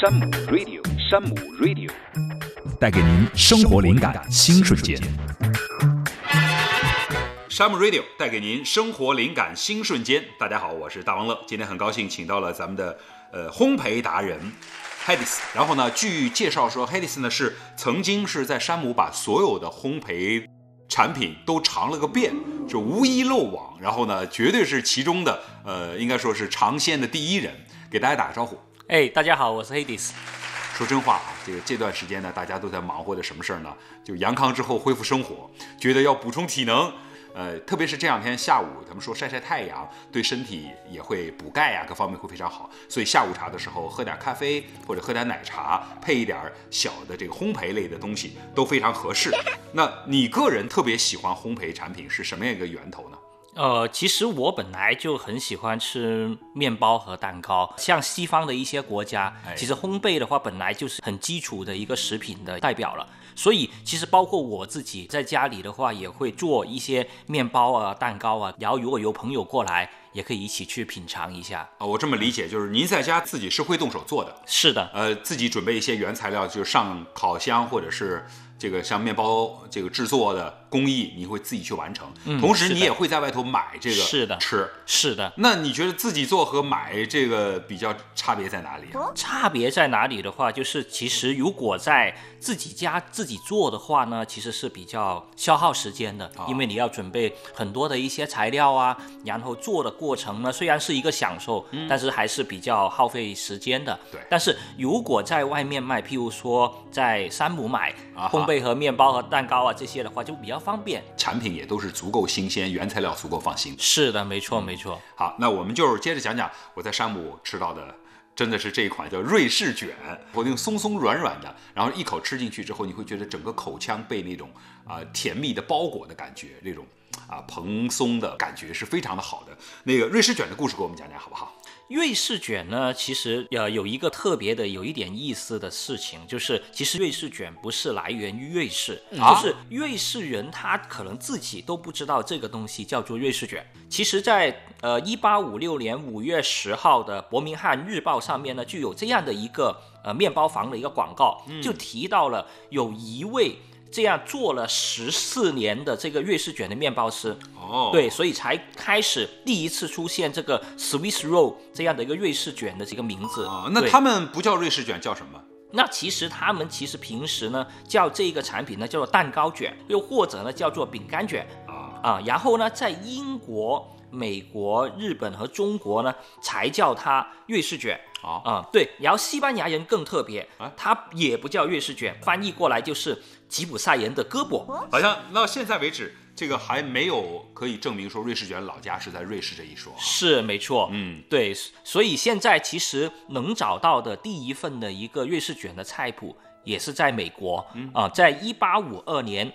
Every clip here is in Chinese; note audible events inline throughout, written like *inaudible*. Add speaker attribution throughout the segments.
Speaker 1: 山姆 Radio，山姆 Radio，
Speaker 2: 带给您生活灵感新瞬间。
Speaker 3: 山姆 Radio 带给您生活灵感新瞬间。大家好，我是大王乐，今天很高兴请到了咱们的呃烘焙达人 Hedis。然后呢，据介绍说，Hedis 呢是曾经是在山姆把所有的烘焙产品都尝了个遍，就无一漏网。然后呢，绝对是其中的呃，应该说是尝鲜的第一人。给大家打个招呼。
Speaker 4: 哎，大家好，我是 Hades。
Speaker 3: 说真话啊，这个这段时间呢，大家都在忙活着什么事儿呢？就阳康之后恢复生活，觉得要补充体能。呃，特别是这两天下午，他们说晒晒太阳对身体也会补钙啊呀、各方面会非常好。所以下午茶的时候喝点咖啡或者喝点奶茶，配一点小的这个烘焙类的东西都非常合适。那你个人特别喜欢烘焙产品是什么样一个源头呢？
Speaker 4: 呃，其实我本来就很喜欢吃面包和蛋糕，像西方的一些国家
Speaker 3: 哎，
Speaker 4: 其实烘焙的话本来就是很基础的一个食品的代表了。所以其实包括我自己在家里的话，也会做一些面包啊、蛋糕啊，然后如果有朋友过来，也可以一起去品尝一下。
Speaker 3: 啊，我这么理解就是您在家自己是会动手做的，
Speaker 4: 是的，
Speaker 3: 呃，自己准备一些原材料，就上烤箱或者是这个像面包这个制作的工艺，你会自己去完成。同时，
Speaker 4: 嗯是的
Speaker 3: 你也会在外头买这个
Speaker 4: 是的
Speaker 3: 吃。
Speaker 4: 是的。
Speaker 3: 那你觉得自己做和买这个比较差别在哪里、啊？
Speaker 4: 差别在哪里的话，就是其实如果在自己家自己做的话呢，其实是比较消耗时间的，因为你要准备很多的一些材料啊，然后做的过程呢，虽然是一个享受，但是还是比较耗费时间的。
Speaker 3: 对
Speaker 4: 但是如果在外面卖，譬如说在山姆买
Speaker 3: 啊哈
Speaker 4: 烘焙和面包和蛋糕啊这些的话，就比较方便。
Speaker 3: 产品也都是足够新鲜，原材料足够放心。
Speaker 4: 是的，没错，没错。
Speaker 3: 好，那我们就是接着讲讲我在山姆吃到的，真的是这一款叫瑞士卷，我那个松松软软的，然后一口吃进去之后，你会觉得整个口腔被那种啊、甜蜜的包裹的感觉，那种啊蓬松的感觉是非常的好的。那个瑞士卷的故事给我们讲讲好不好？
Speaker 4: 瑞士卷呢，其实呃有一个特别的、有一点意思的事情，就是其实瑞士卷不是来源于瑞士，
Speaker 3: 啊
Speaker 4: 就是瑞士人他可能自己都不知道这个东西叫做瑞士卷。其实在，呃一八五六年五月十号的《伯明翰日报》上面呢，就有这样的一个呃面包房的一个广告，就提到了有一位这样做了十四年的这个瑞士卷的面包师，
Speaker 3: 哦
Speaker 4: 对，，所以才开始第一次出现这个 Swiss roll 这样的一个瑞士卷的这个名字
Speaker 3: 啊、那
Speaker 4: 对
Speaker 3: 他们不叫瑞士卷，叫什么？
Speaker 4: 那其实他们其实平时呢叫这个产品呢叫做蛋糕卷，又或者呢叫做饼干卷
Speaker 3: 啊
Speaker 4: 啊，然后呢在英国、美国、日本和中国呢才叫它瑞士卷。
Speaker 3: 啊
Speaker 4: 啊、对，然后西班牙人更特别
Speaker 3: 啊，
Speaker 4: 他也不叫瑞士卷，翻译过来就是吉普赛人的胳膊。
Speaker 3: 好像到呃现在为止，这个还没有可以证明说瑞士卷老家是在瑞士这一说啊。
Speaker 4: 是没错，
Speaker 3: 嗯，
Speaker 4: 对，所以现在其实能找到的第一份的一个瑞士卷的菜谱，也是在美国啊、在一八五二年。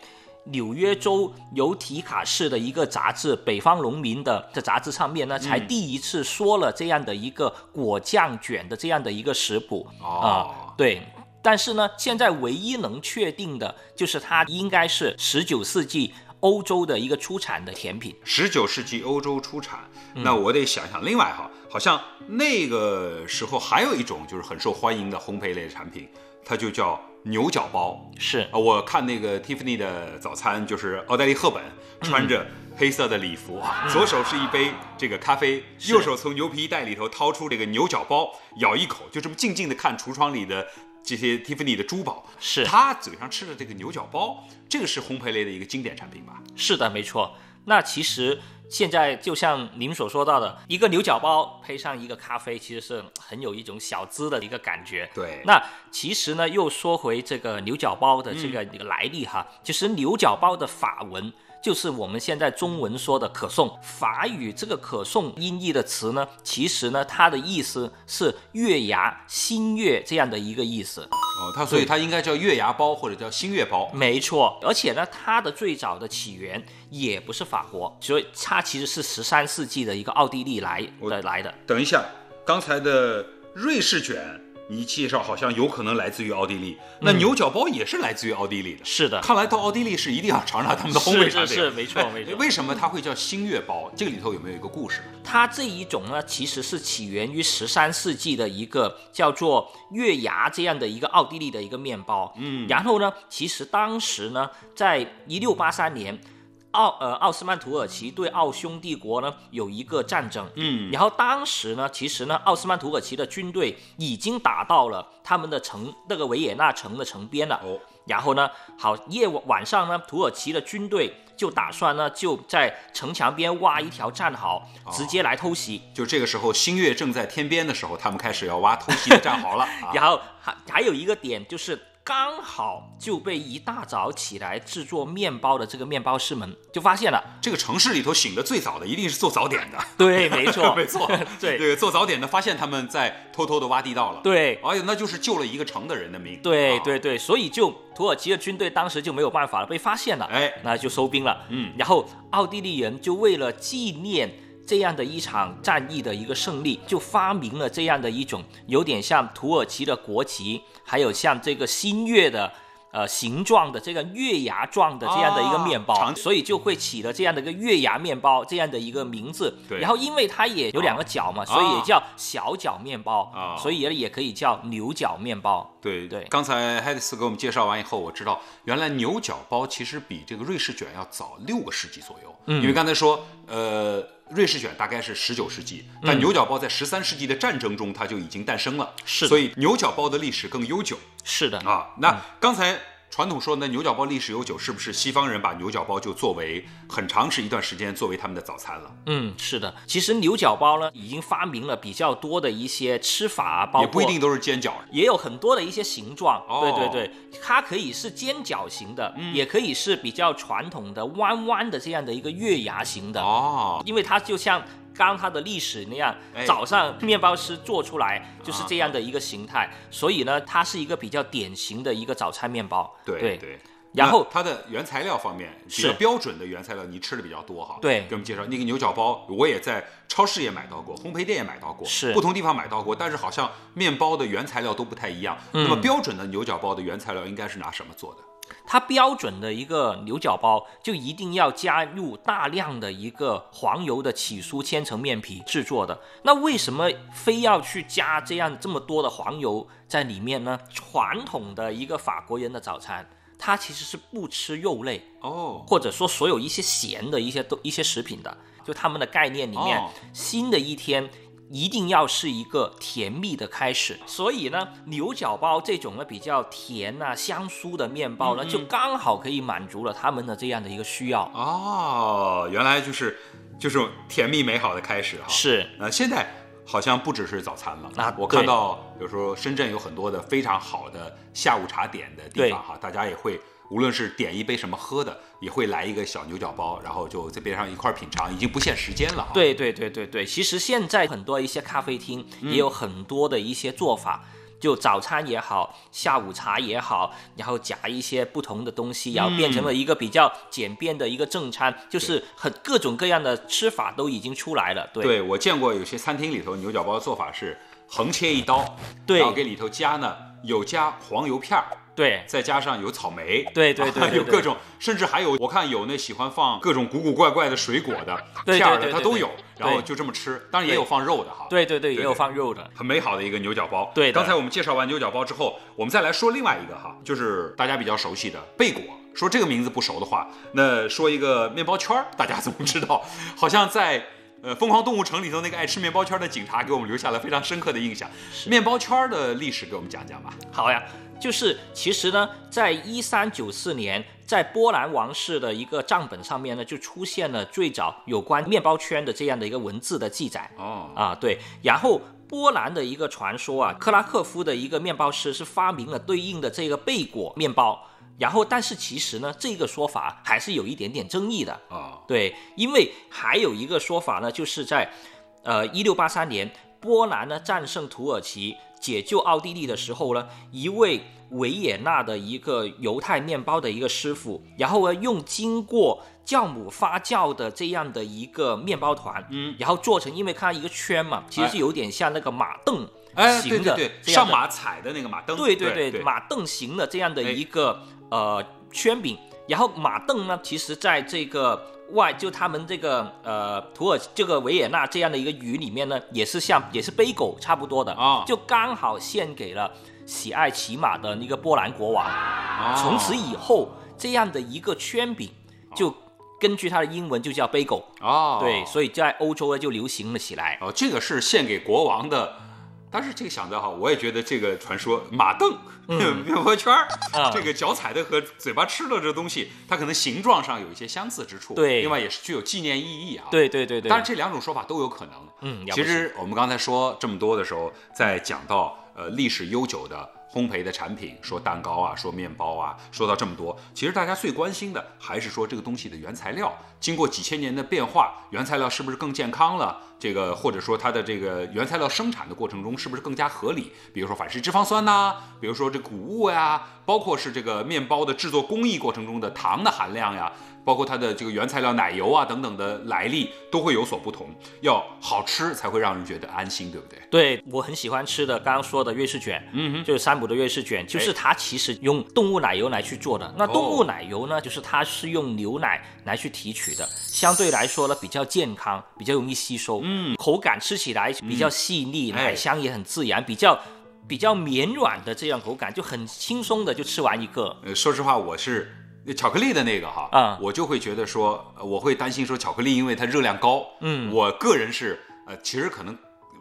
Speaker 4: 纽约州尤提卡市的一个杂志《北方农民的》的杂志上面呢，才第一次说了这样的一个果酱卷的这样的一个食谱啊、
Speaker 3: 哦
Speaker 4: 对。但是呢，现在唯一能确定的就是它应该是十九世纪欧洲的一个出产的甜品。
Speaker 3: 十九世纪欧洲出产，那我得想想。另外哈，好像那个时候还有一种就是很受欢迎的烘焙类的产品，它就叫牛角包。
Speaker 4: 是
Speaker 3: 啊，我看那个 Tiffany 的早餐，就是奥黛丽·赫本穿着黑色的礼服， *laughs* 左手是一杯这个咖啡，右手从牛皮袋里头掏出这个牛角包，咬一口，就这么静静的看橱窗里的这些 Tiffany 的珠宝。
Speaker 4: 是
Speaker 3: 她嘴上吃的这个牛角包，这个是烘焙类的一个经典产品吧？
Speaker 4: 是的，没错。那其实现在就像您所说到的，一个牛角包配上一个咖啡，其实是很有一种小资的一个感觉。
Speaker 3: 对
Speaker 4: 那其实呢，又说回这个牛角包的这个这个来历哈，其实牛角包的法文就是我们现在中文说的可颂。法语这个可颂音译的词呢，其实呢，它的意思是月牙、新月这样的一个意思。
Speaker 3: 哦，它所以它应该叫月牙包或者叫星月包。
Speaker 4: 没错，而且呢，它的最早的起源也不是法国，所以它其实是十三世纪的一个奥地利来
Speaker 3: 我
Speaker 4: 的来的。
Speaker 3: 等一下，刚才的瑞士卷你介绍好像有可能来自于奥地利，那牛角包也是来自于奥地利的。
Speaker 4: 是的，
Speaker 3: 看来到奥地利是一定要尝尝他们的烘
Speaker 4: 是
Speaker 3: 焙茶
Speaker 4: 是
Speaker 3: 饼。
Speaker 4: 是，没错没
Speaker 3: 哎 *laughs*
Speaker 4: 错。
Speaker 3: 为什么它会叫星月包？这个里头有没有一个故事？
Speaker 4: 它这一种呢，其实是起源于十三世纪的一个叫做月牙这样的一个奥地利的一个面包。嗯，然后呢，其实当时呢，在一六八三年。奥呃，奥斯曼土耳其对奥匈帝国呢有一个战争，嗯，然后当时呢，其实呢，奥斯曼土耳其的军队已经打到了他们的城那个维也纳城的城边了，
Speaker 3: 哦，
Speaker 4: 然后呢，好夜晚晚上呢，土耳其的军队就打算呢，就在城墙边挖一条战壕，直接来偷袭。
Speaker 3: 就这个时候，星月正在天边的时候，他们开始要挖偷袭的战壕
Speaker 4: *laughs*
Speaker 3: 了。啊
Speaker 4: 然后还还有一个点就是，刚好就被一大早起来制作面包的这个面包师们就发现
Speaker 3: *laughs*
Speaker 4: 了。
Speaker 3: 这个城市里头醒得最早的一定是做早点的，
Speaker 4: 对，没错，
Speaker 3: *laughs* 没错，
Speaker 4: *laughs* 对
Speaker 3: 对，做早点的发现他们在偷偷的挖地道了。，
Speaker 4: 对。
Speaker 3: 哎呦，那就是救了一个城的人的命。
Speaker 4: 对
Speaker 3: 啊
Speaker 4: 对对，所以就土耳其的军队当时就没有办法了，被发现了，
Speaker 3: 哎
Speaker 4: 那就收兵了。
Speaker 3: 嗯，
Speaker 4: 然后奥地利人就为了纪念这样的一场战役的一个胜利，就发明了这样的一种有点像土耳其的国旗，还有像这个新月的。呃，形状的这个月牙状的这样的一个面包，
Speaker 3: 啊长
Speaker 4: 所以就会起了这样的一个月牙面包这样的一个名字。
Speaker 3: 对
Speaker 4: 然后因为它也有两个角嘛，所以也叫小角面包，
Speaker 3: 啊
Speaker 4: 所以也也可以叫牛角面包。
Speaker 3: 对
Speaker 4: 对
Speaker 3: 刚才 h 迪斯给我们介绍完以后，我知道原来牛角包其实比这个瑞士卷要早六个世纪左右。嗯，因为刚才说，呃，瑞士卷大概是十九世纪，
Speaker 4: 嗯
Speaker 3: 但牛角包在十三世纪的战争中它就已经诞生了，
Speaker 4: 是的嗯
Speaker 3: 所以牛角包的历史更悠久
Speaker 4: 是的，
Speaker 3: 啊。那刚才。传统说呢，牛角包历史悠久，是不是西方人把牛角包就作为很长时一段时间作为他们的早餐了？
Speaker 4: 嗯，是的，其实牛角包呢已经发明了比较多的一些吃法，啊包括
Speaker 3: 也不一定都是煎饺，
Speaker 4: 也有很多的一些形状。
Speaker 3: 哦嗯
Speaker 4: 对对对，它可以是尖角形的，也可以是比较传统的弯弯的这样的一个月牙形的，
Speaker 3: 哦，
Speaker 4: 因为它就像。刚它的历史那样
Speaker 3: 哎，啊
Speaker 4: 早上面包师做出来就是这样的一个形态，所以呢，它是一个比较典型的一个早餐面包。
Speaker 3: 对对。
Speaker 4: 然后
Speaker 3: 那它的原材料方面，比
Speaker 4: 是
Speaker 3: 较标准的原材料，你吃的比较多哈。
Speaker 4: 对
Speaker 3: 给我们介绍那个牛角包，我也在超市也买到过，烘焙店也买到过，
Speaker 4: 是
Speaker 3: 不同地方买到过，但是好像面包的原材料都不太一样。那
Speaker 4: 嗯
Speaker 3: 么标准的牛角包的原材料应该是拿什么做的？
Speaker 4: 它标准的一个牛角包就一定要加入大量的一个黄油的起酥千层面皮制作的。那为什么非要去加这样这么多的黄油在里面呢？传统的一个法国人的早餐，它其实是不吃肉类，
Speaker 3: 哦，
Speaker 4: 或者说所有一些咸的一些都一些食品的，就他们的概念里面，
Speaker 3: 哦
Speaker 4: 新的一天一定要是一个甜蜜的开始。所以呢，牛角包这种呢比较甜啊、香酥的面包呢，就刚好可以满足了他们的这样的一个需要。
Speaker 3: 哦，原来就是就是甜蜜美好的开始哈。。
Speaker 4: 是，
Speaker 3: 呃，现在好像不只是早餐了。
Speaker 4: 啊
Speaker 3: 我
Speaker 4: 对
Speaker 3: 看到，比如说深圳有很多的非常好的下午茶点的地方哈，大家也会。无论是点一杯什么喝的，也会来一个小牛角包，然后就在边上一块儿品尝，已经不限时间了啊。
Speaker 4: 对对对对对，其实现在很多一些咖啡厅也有很多的一些做法。就早餐也好，下午茶也好，然后夹一些不同的东西，然后变成了一个比较简便的一个正餐，就是很各种各样的吃法都已经出来了。对，
Speaker 3: 对，我见过有些餐厅里头牛角包的做法是横切一刀，
Speaker 4: 对
Speaker 3: 然后给里头加呢有加黄油片儿，
Speaker 4: 对
Speaker 3: 再加上有草莓，
Speaker 4: 对对对
Speaker 3: 啊
Speaker 4: 对
Speaker 3: 有
Speaker 4: 对
Speaker 3: 各种，甚至还有我看有那喜欢放各种古古怪怪的水果的
Speaker 4: 对对
Speaker 3: 片儿的，
Speaker 4: 对对
Speaker 3: 它都有，然后
Speaker 4: 对
Speaker 3: 就这么吃，当然也有放肉的哈。
Speaker 4: 对对对，
Speaker 3: 对
Speaker 4: 也有放肉的。
Speaker 3: 很美好的一个牛角包。
Speaker 4: 对的
Speaker 3: 刚才我们介绍完牛角包之后，我们再来说另外一个哈，就是大家比较熟悉的贝果。说这个名字不熟的话，那说一个面包圈儿，大家总知道，好像在呃《疯狂动物城》里头那个爱吃面包圈儿的警察给我们留下了非常深刻的印象。面包圈儿的历史给我们讲讲吧。
Speaker 4: 好呀，就是其实呢，在一三九四年，在波兰王室的一个账本上面呢，就出现了最早有关面包圈的这样的一个文字的记载。
Speaker 3: 哦，
Speaker 4: 啊，对，然后。波兰的一个传说啊，克拉克夫的一个面包师是发明了对应的这个贝果面包，然后但是其实呢，这个说法还是有一点点争议的。
Speaker 3: 啊，
Speaker 4: 对，因为还有一个说法呢，就是在呃一六八三年波兰呢战胜土耳其解救奥地利的时候呢，一位维也纳的一个犹太面包的一个师傅，然后呢用经过酵母发酵的这样的一个面包团，嗯，然后做成，因为它一个圈嘛，其实是有点像那个马镫。
Speaker 3: 哎，对
Speaker 4: 型
Speaker 3: 对
Speaker 4: 的，
Speaker 3: 对，
Speaker 4: 这样
Speaker 3: 上
Speaker 4: 的
Speaker 3: 马踩的那个马蹬，
Speaker 4: 对
Speaker 3: 对
Speaker 4: 对，马镫型的这样的
Speaker 3: 哎
Speaker 4: 一个、呃圈饼，然后马镫呢，其实在这个外就他们这个呃土耳这个维也纳这样的一个语里面呢，也是像也是杯狗差不多的
Speaker 3: 啊
Speaker 4: 就刚好献给了喜爱骑马的那个波兰国王。
Speaker 3: 哦
Speaker 4: 从此以后，这样的一个圈饼就根据它的英文就叫杯狗，
Speaker 3: 哦，
Speaker 4: 对，
Speaker 3: 以
Speaker 4: 所以在欧洲呢就流行了起来。
Speaker 3: 哦，这个是献给国王的。但是这个想的哈，我也觉得这个传说马镫、 *laughs* 面包圈儿、
Speaker 4: 嗯啊
Speaker 3: 这个脚踩的和嘴巴吃的这东西，它可能形状上有一些相似之处，
Speaker 4: 对
Speaker 3: 另外也是具有纪念意义啊。
Speaker 4: 对对对对，
Speaker 3: 当然，这两种说法都有可能。
Speaker 4: 嗯了不
Speaker 3: 其
Speaker 4: 起
Speaker 3: 实我们刚才说这么多的时候，在讲到呃历史悠久的烘焙的产品，说蛋糕啊，说面包啊，说到这么多，其实大家最关心的还是说这个东西的原材料，经过几千年的变化，原材料是不是更健康了？这个或者说它的这个原材料生产的过程中是不是更加合理？比如说反式脂肪酸呐、比如说这谷物呀、包括是这个面包的制作工艺过程中的糖的含量呀、包括它的这个原材料奶油啊等等的来历都会有所不同，要好吃才会让人觉得安心，对不对？
Speaker 4: 对我很喜欢吃的，刚刚说的瑞士卷，
Speaker 3: 嗯哼
Speaker 4: 就是山姆的瑞士卷，
Speaker 3: 哎
Speaker 4: 就是它其实用动物奶油来去做的。那
Speaker 3: 哦
Speaker 4: 动物奶油呢，就是它是用牛奶来去提取的，相对来说呢比较健康，比较容易吸收，嗯，口感吃起来比较细腻，
Speaker 3: 哎
Speaker 4: 奶香也很自然，比较比较绵软的这样口感，就很轻松的就吃完一个。
Speaker 3: 呃，说实话，我是呃巧克力的那个哈，
Speaker 4: 啊
Speaker 3: 我就会觉得说，呃我会担心说巧克力因为它热量高，
Speaker 4: 嗯
Speaker 3: 我个人是呃，其实可能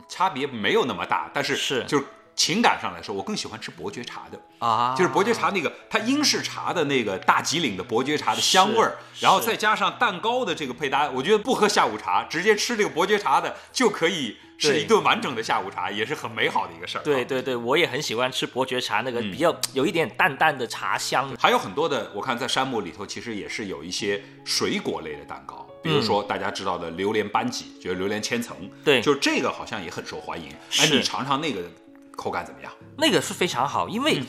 Speaker 3: 差别没有那么大，但是
Speaker 4: 是
Speaker 3: 就是情感上来说，我更喜欢吃伯爵茶的。
Speaker 4: 啊
Speaker 3: 就是伯爵茶那个，它英式茶的那个大吉岭的伯爵茶的香味儿，
Speaker 4: 是
Speaker 3: 然后再加上蛋糕的这个配搭，我觉得不喝下午茶，直接吃这个伯爵茶的就可以是
Speaker 4: 对
Speaker 3: 一顿完整的下午茶，也是很美好的一个事儿。啊
Speaker 4: 对。对对，我也很喜欢吃伯爵茶，那个
Speaker 3: 嗯
Speaker 4: 比较有一点淡淡的茶香，
Speaker 3: 还有很多的，我看在山姆里头，其实也是有一些水果类的蛋糕，比如说大家知道的榴莲班戟，就是榴莲千层，
Speaker 4: 嗯对
Speaker 3: 就是这个好像也很受欢迎。哎，
Speaker 4: 是哎
Speaker 3: 你尝尝那个口感怎么样？
Speaker 4: 那个是非常好，因
Speaker 3: 嗯
Speaker 4: 为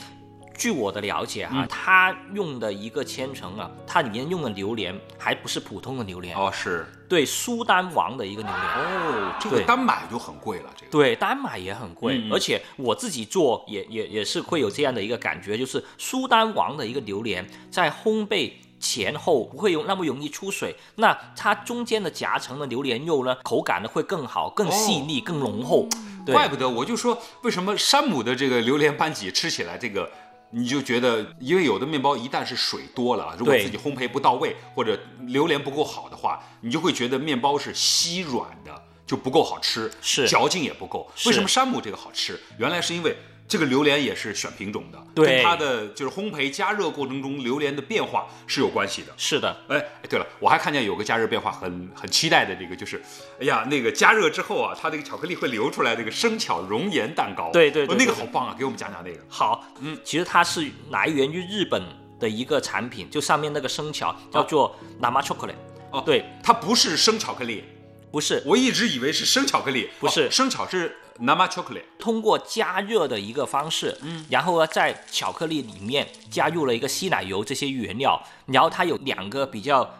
Speaker 4: 据我的了解啊，它用的一个千层啊，它里面用的榴莲还不是普通的榴莲，
Speaker 3: 哦，是
Speaker 4: 对，苏丹王的一个榴莲。
Speaker 3: 哦，这个
Speaker 4: 对
Speaker 3: 单买就很贵了，这个
Speaker 4: 对，单买也很贵，
Speaker 3: 嗯嗯
Speaker 4: 而且我自己做也也也是会有这样的一个感觉，就是苏丹王的一个榴莲在烘焙前后不会有那么容易出水，那它中间的夹层的榴莲肉呢，口感呢会更好、更细腻、更浓厚。对，
Speaker 3: 哦怪不得我就说为什么山姆的这个榴莲班戟吃起来这个。你就觉得，因为有的面包一旦是水多了，啊如果
Speaker 4: 对
Speaker 3: 自己烘焙不到位或者榴莲不够好的话，你就会觉得面包是稀软的，就不够好吃，
Speaker 4: 是
Speaker 3: 嚼劲也不够。
Speaker 4: 是
Speaker 3: 为什么山姆这个好吃？原来是因为这个榴莲也是选品种的，
Speaker 4: 对
Speaker 3: 跟它的就是烘焙加热过程中榴莲的变化是有关系的。
Speaker 4: 是的，
Speaker 3: 哎，对了，我还看见有个加热变化很很期待的这个，就是，哎呀，那个加热之后啊，它那个巧克力会流出来那个生巧熔岩蛋糕，
Speaker 4: 对对对
Speaker 3: 哦那个
Speaker 4: 对
Speaker 3: 好棒啊，给我们讲讲那个。
Speaker 4: 好，嗯，其实它是来源于日本的一个产品，就上面那个生巧叫做 Nama Chocolate。
Speaker 3: 哦
Speaker 4: 对，
Speaker 3: 它不是生巧克力，
Speaker 4: 不是
Speaker 3: 我一直以为是生巧克力，
Speaker 4: 不是
Speaker 3: 哦生巧是 nama chocolate，
Speaker 4: 通过加热的一个方式，嗯，然后呢，在巧克力里面加入了一个稀奶油这些原料，然后它有两个比较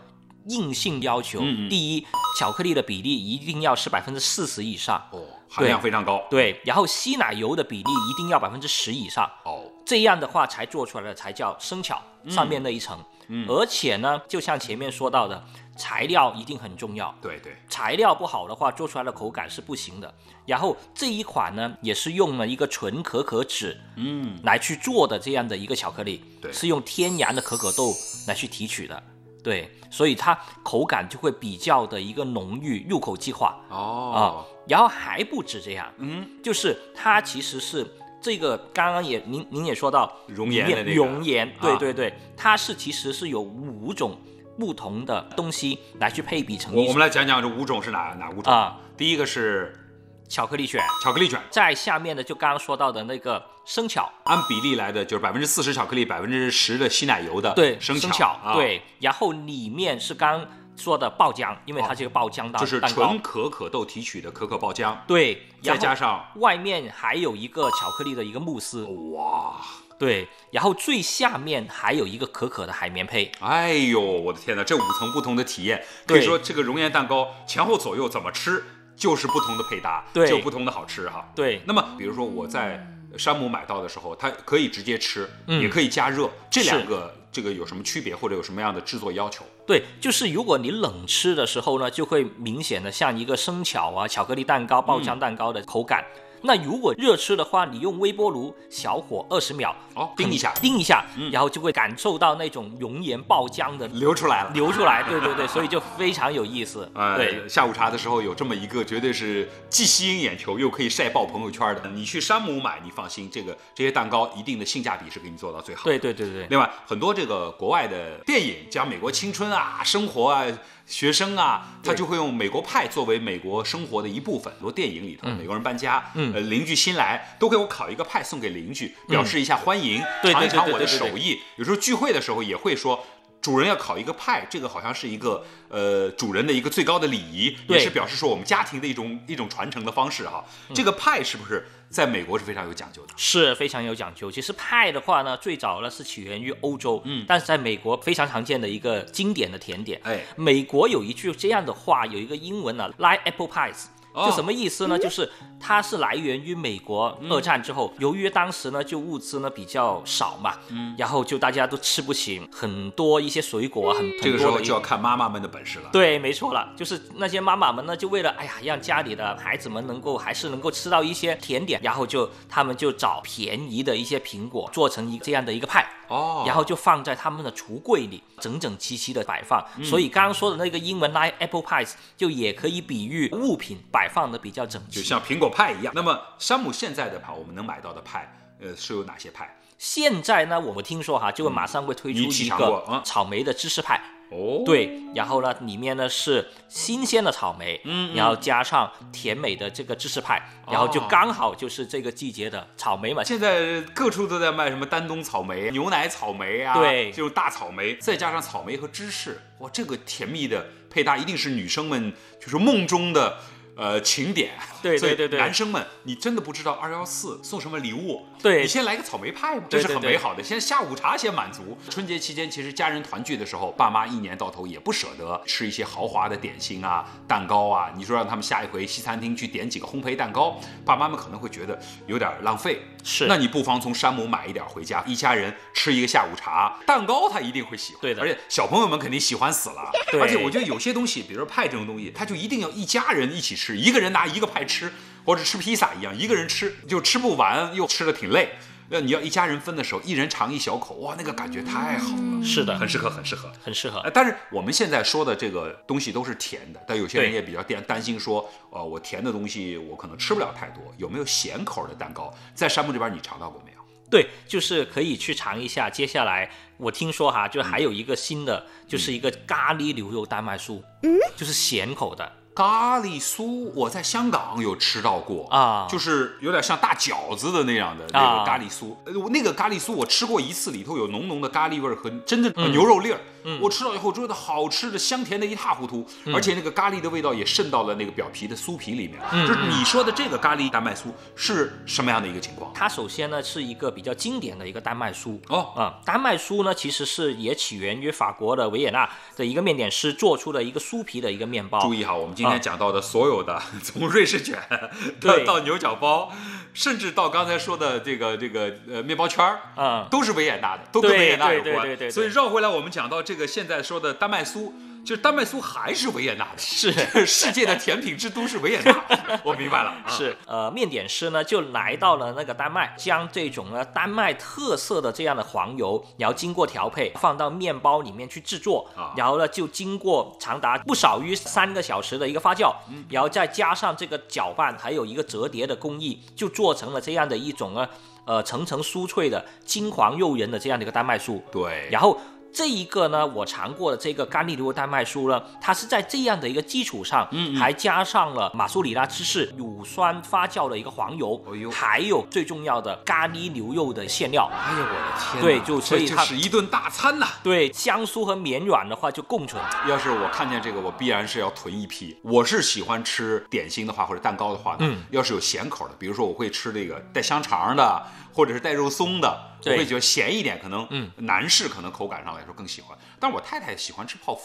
Speaker 4: 硬性要求，
Speaker 3: 嗯嗯
Speaker 4: 第一，巧克力的比例一定要是百分之四十以上，
Speaker 3: 哦，含量非常高，
Speaker 4: 对，然后稀奶油的比例一定要百分之十以上，
Speaker 3: 哦，
Speaker 4: 这样的话才做出来的才叫生巧，
Speaker 3: 嗯
Speaker 4: 上面那一层。而且呢，就像前面说到的，材料一定很重要。
Speaker 3: 对对，
Speaker 4: 材料不好的话，做出来的口感是不行的。然后这一款呢，也是用了一个纯可可脂
Speaker 3: 嗯，
Speaker 4: 来去做的这样的一个巧克力，
Speaker 3: 对
Speaker 4: 是用天然的可可豆来去提取的，对，所以它口感就会比较的一个浓郁，入口即化啊、
Speaker 3: 哦，
Speaker 4: 然后还不止这样，
Speaker 3: 嗯，
Speaker 4: 就是它其实是这个，刚刚也您您也说到
Speaker 3: 熔岩的那个
Speaker 4: 熔岩，对
Speaker 3: 啊
Speaker 4: 对对，它是其实是有五种不同的东西来去配比成
Speaker 3: 我我
Speaker 4: 一
Speaker 3: 们
Speaker 4: 种
Speaker 3: 来讲讲这五种是哪哪五种
Speaker 4: 啊？
Speaker 3: 第一个是
Speaker 4: 巧克力卷，
Speaker 3: 巧克力卷。
Speaker 4: 在下面的就刚刚说到的那个生巧，
Speaker 3: 按比例来的，就是百分之四十巧克力，百分之十的稀奶油的
Speaker 4: 对，
Speaker 3: 生
Speaker 4: 生
Speaker 3: 啊，，
Speaker 4: 对，然后里面是刚刚说的爆浆，因为它是一个爆浆蛋
Speaker 3: 哦就是
Speaker 4: 蛋糕
Speaker 3: 纯，可可豆提取的可可爆浆，
Speaker 4: 对，
Speaker 3: 再加
Speaker 4: 上。
Speaker 3: 上哦
Speaker 4: 外面还有一个巧克力的一个慕斯，
Speaker 3: 哇，
Speaker 4: 对，然后最下面还有一个可可的海绵胚，
Speaker 3: 哎呦，我的天哪，这五层不同的体验，可以
Speaker 4: 对
Speaker 3: 说这个熔岩蛋糕前后左右怎么吃就是不同的配搭，
Speaker 4: 对
Speaker 3: 就不同的好吃哈。
Speaker 4: 对，
Speaker 3: 那么比如说我在山姆买到的时候，它可以直接吃，
Speaker 4: 嗯
Speaker 3: 也可以加热，这
Speaker 4: 是
Speaker 3: 两个这个有什么区别，或者有什么样的制作要求？
Speaker 4: 对，就是如果你冷吃的时候呢，就会明显的像一个生巧啊、巧克力蛋糕、爆
Speaker 3: 嗯
Speaker 4: 浆蛋糕的口感。那如果热吃的话，你用微波炉小火二十秒，
Speaker 3: 哦叮一下嗯
Speaker 4: 叮一下，然后就会感受到那种熔岩爆浆的
Speaker 3: 流出来了。
Speaker 4: 流出来。对对对，所以就非常有意思。对
Speaker 3: 呃，，下午茶的时候有这么一个，绝对是既吸引眼球又可以晒爆朋友圈的。你去山姆买，你放心，这个这些蛋糕一定的性价比是给你做到最好的。
Speaker 4: 对对对对，
Speaker 3: 另外，很多这个国外的电影讲美国青春啊、生活啊、学生啊，他就会用美国派作为美国生活的一部分。很多电影里头，美国人搬家，
Speaker 4: 嗯
Speaker 3: 呃，邻居新来都会我烤一个派送给邻居，表示一下欢迎，
Speaker 4: 对
Speaker 3: 尝一
Speaker 4: 对对
Speaker 3: 尝
Speaker 4: 对
Speaker 3: 我的
Speaker 4: 对对
Speaker 3: 手艺。有时候聚会的时候也会说。主人要烤一个派，这个好像是一个呃主人的一个最高的礼仪，也
Speaker 4: 对
Speaker 3: 是表示说我们家庭的一种一种传承的方式哈。这个派是不是在美国是非常有讲究的？
Speaker 4: 是非常有讲究。其实派的话呢，最早呢是起源于欧洲，
Speaker 3: 嗯
Speaker 4: 但是在美国非常常见的一个经典的甜点。
Speaker 3: 哎，
Speaker 4: 美国有一句这样的话，有一个英文啊，like apple pies。
Speaker 3: 哦
Speaker 4: 就什么意思呢？就是它是来源于美国二战之后，由于当时呢就物资呢比较少嘛，嗯，然后就大家都吃不起很多一些水果，很
Speaker 3: 这个时
Speaker 4: 很
Speaker 3: 候
Speaker 4: 多的一
Speaker 3: 就要看妈妈们的本事了。
Speaker 4: 对，没错了，就是那些妈妈们呢，就为了哎呀，让家里的孩子们能够还是能够吃到一些甜点，然后就他们就找便宜的一些苹果做成一这样的一个派。
Speaker 3: 哦，
Speaker 4: 然后就放在他们的橱柜里，整整齐齐的摆放。
Speaker 3: 嗯
Speaker 4: 所以刚刚说的那个英文 like apple pies 就也可以比喻物品摆放的比较整
Speaker 3: 就
Speaker 4: 齐。
Speaker 3: 像苹果派一样。那么山姆现在的派，我们能买到的派，呃，是有哪些派？
Speaker 4: 现在呢，我们听说哈，就会马上会推出
Speaker 3: 你提
Speaker 4: 一
Speaker 3: 倡过
Speaker 4: 个
Speaker 3: 啊
Speaker 4: 草莓的芝士派。
Speaker 3: 哦，
Speaker 4: 对，然后呢，里面呢是新鲜的草莓，嗯，然后加上甜美的这个芝士派，然后就
Speaker 3: 哦
Speaker 4: 刚好就是这个季节的草莓嘛。
Speaker 3: 现在各处都在卖什么丹东草莓、牛奶草莓啊，
Speaker 4: 对
Speaker 3: 这种大草莓，再加上草莓和芝士，哇，这个甜蜜的配搭一定是女生们就是梦中的。呃，情点，*laughs*
Speaker 4: 对
Speaker 3: 所以
Speaker 4: 对对对
Speaker 3: 男生们，你真的不知道二幺四送什么礼物，
Speaker 4: 对
Speaker 3: 你先来个草莓派吧，
Speaker 4: 对
Speaker 3: 这是很
Speaker 4: 对对
Speaker 3: 美好的。先下午茶先满足。春节期间，其实家人团聚的时候，爸妈一年到头也不舍得吃一些豪华的点心啊、蛋糕啊。你说让他们下一回西餐厅去点几个烘焙蛋糕，爸妈们可能会觉得有点浪费。
Speaker 4: 是
Speaker 3: 那你不妨从山姆买一点回家，一家人吃一个下午茶，蛋糕他一定会喜欢，
Speaker 4: 对的
Speaker 3: 而且小朋友们肯定喜欢死了。
Speaker 4: 对
Speaker 3: 而且我觉得有些东西，比如说派这种东西，他就一定要一家人一起吃，一个人拿一个派吃，或者吃披萨一样，一个人吃就吃不完，又吃的挺累。那你要一家人分的时候，一人尝一小口，哇，那个感觉太好了，
Speaker 4: 是的，
Speaker 3: 很适合，很适合。
Speaker 4: 很适合
Speaker 3: 呃，。但是我们现在说的这个东西都是甜的，但有些人
Speaker 4: 对
Speaker 3: 也比较担担心说，呃，我甜的东西我可能吃不了太多，有没有咸口的蛋糕？在山姆这边你尝到过没有？
Speaker 4: 对，就是可以去尝一下。接下来我听说哈，就还有一个新的，
Speaker 3: 嗯
Speaker 4: 就是一个咖喱牛肉丹麦酥，就是咸口的。
Speaker 3: 咖喱酥，我在香港有吃到过哦
Speaker 4: 啊
Speaker 3: 就是有点像大饺子的那样的那
Speaker 4: 啊
Speaker 3: 个咖喱酥。呃我那个咖喱酥我吃过一次，里头有浓浓的咖喱味儿和真正的
Speaker 4: 嗯嗯
Speaker 3: 牛肉粒儿。我吃到以后觉得好吃的香甜的一塌糊涂，而且那个咖喱的味道也渗到了那个表皮的酥皮里面。就是你说的这个咖喱丹麦酥是什么样的一个情况？
Speaker 4: 它首先呢是一个比较经典的一个丹麦酥
Speaker 3: 哦
Speaker 4: 啊、丹麦酥呢其实是也起源于法国的维也纳的一个面点师做出的一个酥皮的一个面包。
Speaker 3: 注意哈，我们今天
Speaker 4: 啊
Speaker 3: 讲到的所有的， *laughs* 从瑞士卷到
Speaker 4: 对
Speaker 3: 到牛角包，甚至到刚才说的这个这个呃面包圈儿，
Speaker 4: 嗯
Speaker 3: 都是维也纳的，都跟
Speaker 4: 对
Speaker 3: 维也纳
Speaker 4: 对
Speaker 3: 有
Speaker 4: 对
Speaker 3: 关。
Speaker 4: 对对对
Speaker 3: 所以绕回来，我们讲到这个现在说的丹麦酥，就是丹麦酥还是维也纳的， *laughs*
Speaker 4: 是
Speaker 3: 世界的甜品之都是维也纳。
Speaker 4: *laughs*
Speaker 3: 我明白了，啊
Speaker 4: 是，呃，面点师呢就来到了那个丹麦，将这种呢丹麦特色的这样的黄油，然后经过调配放到面包里面去制作，
Speaker 3: 啊
Speaker 4: 然后呢就经过长达不少于三个小时的一个发酵，
Speaker 3: 嗯
Speaker 4: 然后再加上这个搅拌，还有一个折叠的工艺，就做成了这样的一种呢，呃，层层酥脆的金黄诱人的这样的一个丹麦酥。
Speaker 3: 对，
Speaker 4: 然后这一个呢，我尝过的这个甘利牛丹麦酥呢，它是在这样的一个基础上，嗯还加上了马苏里拉芝士、乳酸发酵的一个黄油，
Speaker 3: 哎呦
Speaker 4: 还有最重要的咖喱牛肉的馅料。
Speaker 3: 哎呀，我的天哪！
Speaker 4: 对就
Speaker 3: 这
Speaker 4: 所以
Speaker 3: 这
Speaker 4: 它
Speaker 3: 是一顿大餐呐、
Speaker 4: 对，香酥和绵软的话就共存。
Speaker 3: 要是我看见这个，我必然是要囤一批。我是喜欢吃点心的话，或者蛋糕的话呢，
Speaker 4: 嗯
Speaker 3: 要是有咸口的，比如说我会吃这个带香肠的，或者是带肉松的，我
Speaker 4: 对
Speaker 3: 会觉得咸一点，可能
Speaker 4: 嗯
Speaker 3: 男士可能口感上来说更喜欢。但我
Speaker 4: 哦
Speaker 3: 太太喜欢吃泡芙，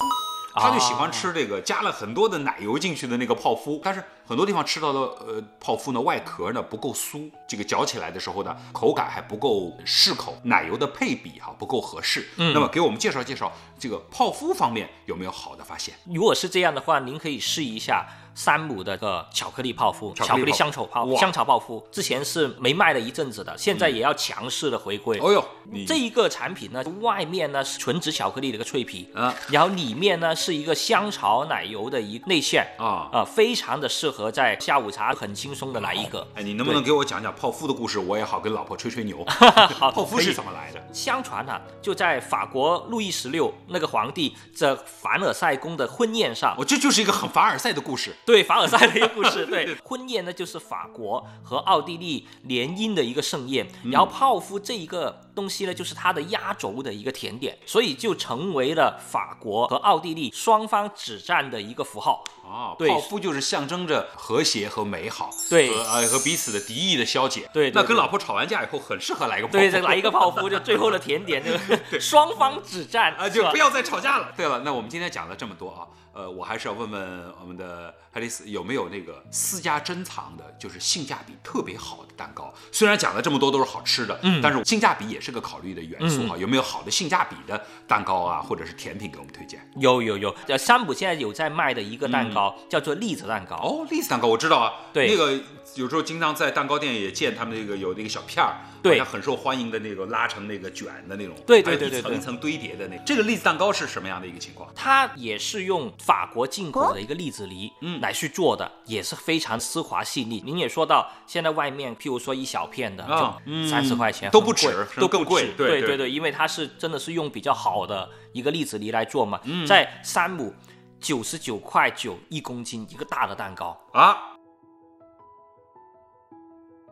Speaker 3: 她就喜欢吃这个加了很多的奶油进去的那个泡芙，但是很多地方吃到的呃泡芙呢，外壳呢不够酥，这个嚼起来的时候呢，口感还不够适口，奶油的配比哈、不够合适。嗯那么给我们介绍介绍这个泡芙方面有没有好的发现？
Speaker 4: 如果是这样的话，您可以试一下山姆的个巧克力泡芙、
Speaker 3: 巧
Speaker 4: 巧
Speaker 3: 克力泡芙
Speaker 4: 克力香草泡
Speaker 3: 哇
Speaker 4: 香草泡芙，之前是没卖了一阵子的，现在也要强势的回归。
Speaker 3: 哦呦，你
Speaker 4: 这一个产品呢，外面呢是纯植巧克力的一个脆皮，
Speaker 3: 啊
Speaker 4: 然后里面呢是一个香草奶油的一个内馅，
Speaker 3: 啊
Speaker 4: 啊，非常的适合在下午茶很轻松的来一个。
Speaker 3: 哎，你能不能给我讲讲泡芙的故事？我也好跟老婆吹吹
Speaker 4: *laughs*
Speaker 3: 牛。泡芙
Speaker 4: 可以
Speaker 3: 是怎么来的？
Speaker 4: 相传啊，就在法国路易十六那个皇帝这凡尔赛宫的婚宴上，
Speaker 3: 哦，这就是一个很凡尔赛的故事。
Speaker 4: 对凡尔赛的一个故事。对，婚宴呢就是法国和奥地利联姻的一个盛宴，然后泡芙这一个东西呢，就是它的压轴的一个甜点，所以就成为了法国和奥地利双方止战的一个符号。
Speaker 3: 哦，
Speaker 4: 对
Speaker 3: 泡芙就是象征着和谐和美好，
Speaker 4: 对
Speaker 3: 和呃和彼此的敌意的消解。
Speaker 4: 对对
Speaker 3: 那跟
Speaker 4: 对
Speaker 3: 老婆吵完架以后，很适合来一个泡芙。
Speaker 4: 对，再来一个泡芙，就最后的甜
Speaker 3: *laughs*
Speaker 4: 点，就双方止战
Speaker 3: 啊，
Speaker 4: 是
Speaker 3: 就
Speaker 4: 吧
Speaker 3: 不要再吵架了。对了，那我们今天讲了这么多啊，呃，我还是要问问我们的爱丽丝有没有那个私家珍藏的，就是性价比特别好的蛋糕。虽然讲了这么多都是好吃的，嗯，但是性价比也是个考虑的元素
Speaker 4: 嗯
Speaker 3: 啊。有没有好的性价比的蛋糕啊，或者是甜品给我们推荐？
Speaker 4: 有有有，呃，山姆现在有在卖的一个蛋糕、
Speaker 3: 嗯
Speaker 4: 叫做栗子蛋糕。
Speaker 3: 哦，栗子蛋糕我知道啊，
Speaker 4: 对
Speaker 3: 那个有时候经常在蛋糕店也见他们那个有那个小片儿，
Speaker 4: 对
Speaker 3: 好像很受欢迎的那个拉成那个卷的那种，
Speaker 4: 对对对
Speaker 3: 还有一
Speaker 4: 对对
Speaker 3: 层一层堆叠的那个这个栗子蛋糕是什么样的一个情况？
Speaker 4: 它也是用法国进口的一个栗子
Speaker 3: 哦
Speaker 4: 梨，嗯，来去做的，也是非常丝滑细腻。您也说到，现在外面譬如说一小片的，
Speaker 3: 啊
Speaker 4: 就三十块钱
Speaker 3: 都
Speaker 4: 很
Speaker 3: 不止
Speaker 4: 贵
Speaker 3: 甚至
Speaker 4: 都
Speaker 3: 更
Speaker 4: 不
Speaker 3: 贵
Speaker 4: 止
Speaker 3: 对
Speaker 4: 对
Speaker 3: 对
Speaker 4: 对，因为它是真的是用比较好的一个栗子梨来做嘛，
Speaker 3: 嗯
Speaker 4: 在山姆九十九块九一公斤一个大的蛋糕，
Speaker 3: 啊，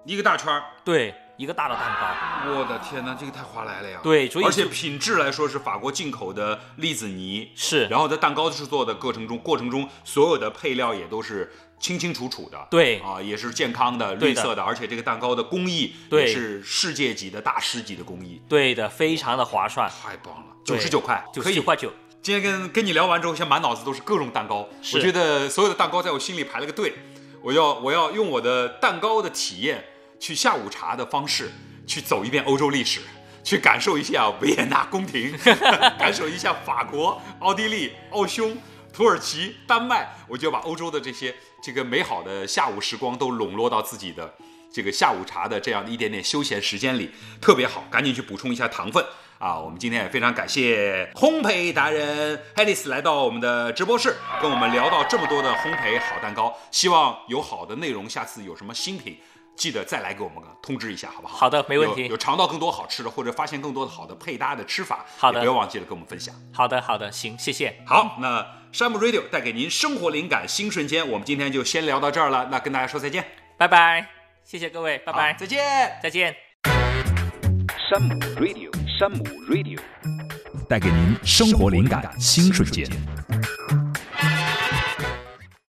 Speaker 3: 一个大圈儿，
Speaker 4: 对，一个大的蛋糕，
Speaker 3: 我的天哪，这个太划来了呀！
Speaker 4: 对所以
Speaker 3: 而且
Speaker 4: 就
Speaker 3: 品质来说是法国进口的栗子泥，
Speaker 4: 是
Speaker 3: 然后在蛋糕制作的过程中，过程中所有的配料也都是清清楚楚的，
Speaker 4: 对
Speaker 3: 啊，也是健康的、绿
Speaker 4: 对的
Speaker 3: 色的，而且这个蛋糕的工艺也
Speaker 4: 对
Speaker 3: 是世界级的大师级的工艺，
Speaker 4: 对的，非常的划算，
Speaker 3: 太棒了，九
Speaker 4: 对
Speaker 3: 十九块，
Speaker 4: 九
Speaker 3: 可
Speaker 4: 十
Speaker 3: 以
Speaker 4: 九块九，
Speaker 3: 今天跟跟你聊完之后，现在满脑子都是各种蛋糕，
Speaker 4: 是
Speaker 3: 我觉得所有的蛋糕在我心里排了个队，我要我要用我的蛋糕的体验去下午茶的方式去走一遍欧洲历史，去感受一下维也纳宫廷，感受一下法国、奥地利、奥匈、土耳其、丹麦，我就要把欧洲的这些这个美好的下午时光都笼络到自己的这个下午茶的这样的一点点休闲时间里，特别好，赶紧去补充一下糖分啊！我们今天也非常感谢烘焙达人 Alice 来到我们的直播室，跟我们聊到这么多的烘焙好蛋糕，希望有好的内容，下次有什么新品。记得再来给我们个通知一下，好不好？
Speaker 4: 好的没问题
Speaker 3: 有有尝到更多好吃的，或者发现更多的好的配搭的吃法，
Speaker 4: 好的
Speaker 3: 也不要忘记了跟我们分享。
Speaker 4: 好的好的，行，谢谢。
Speaker 3: 好，那山姆 Radio 带给您生活灵感新瞬间，我们今天就先聊到这儿了。那跟大家说再见，
Speaker 4: 拜拜，谢谢各位，拜拜
Speaker 3: 好，再见。
Speaker 4: 再见。
Speaker 1: 山姆 radio，山姆 radio。
Speaker 2: 带给您生活灵感新瞬间。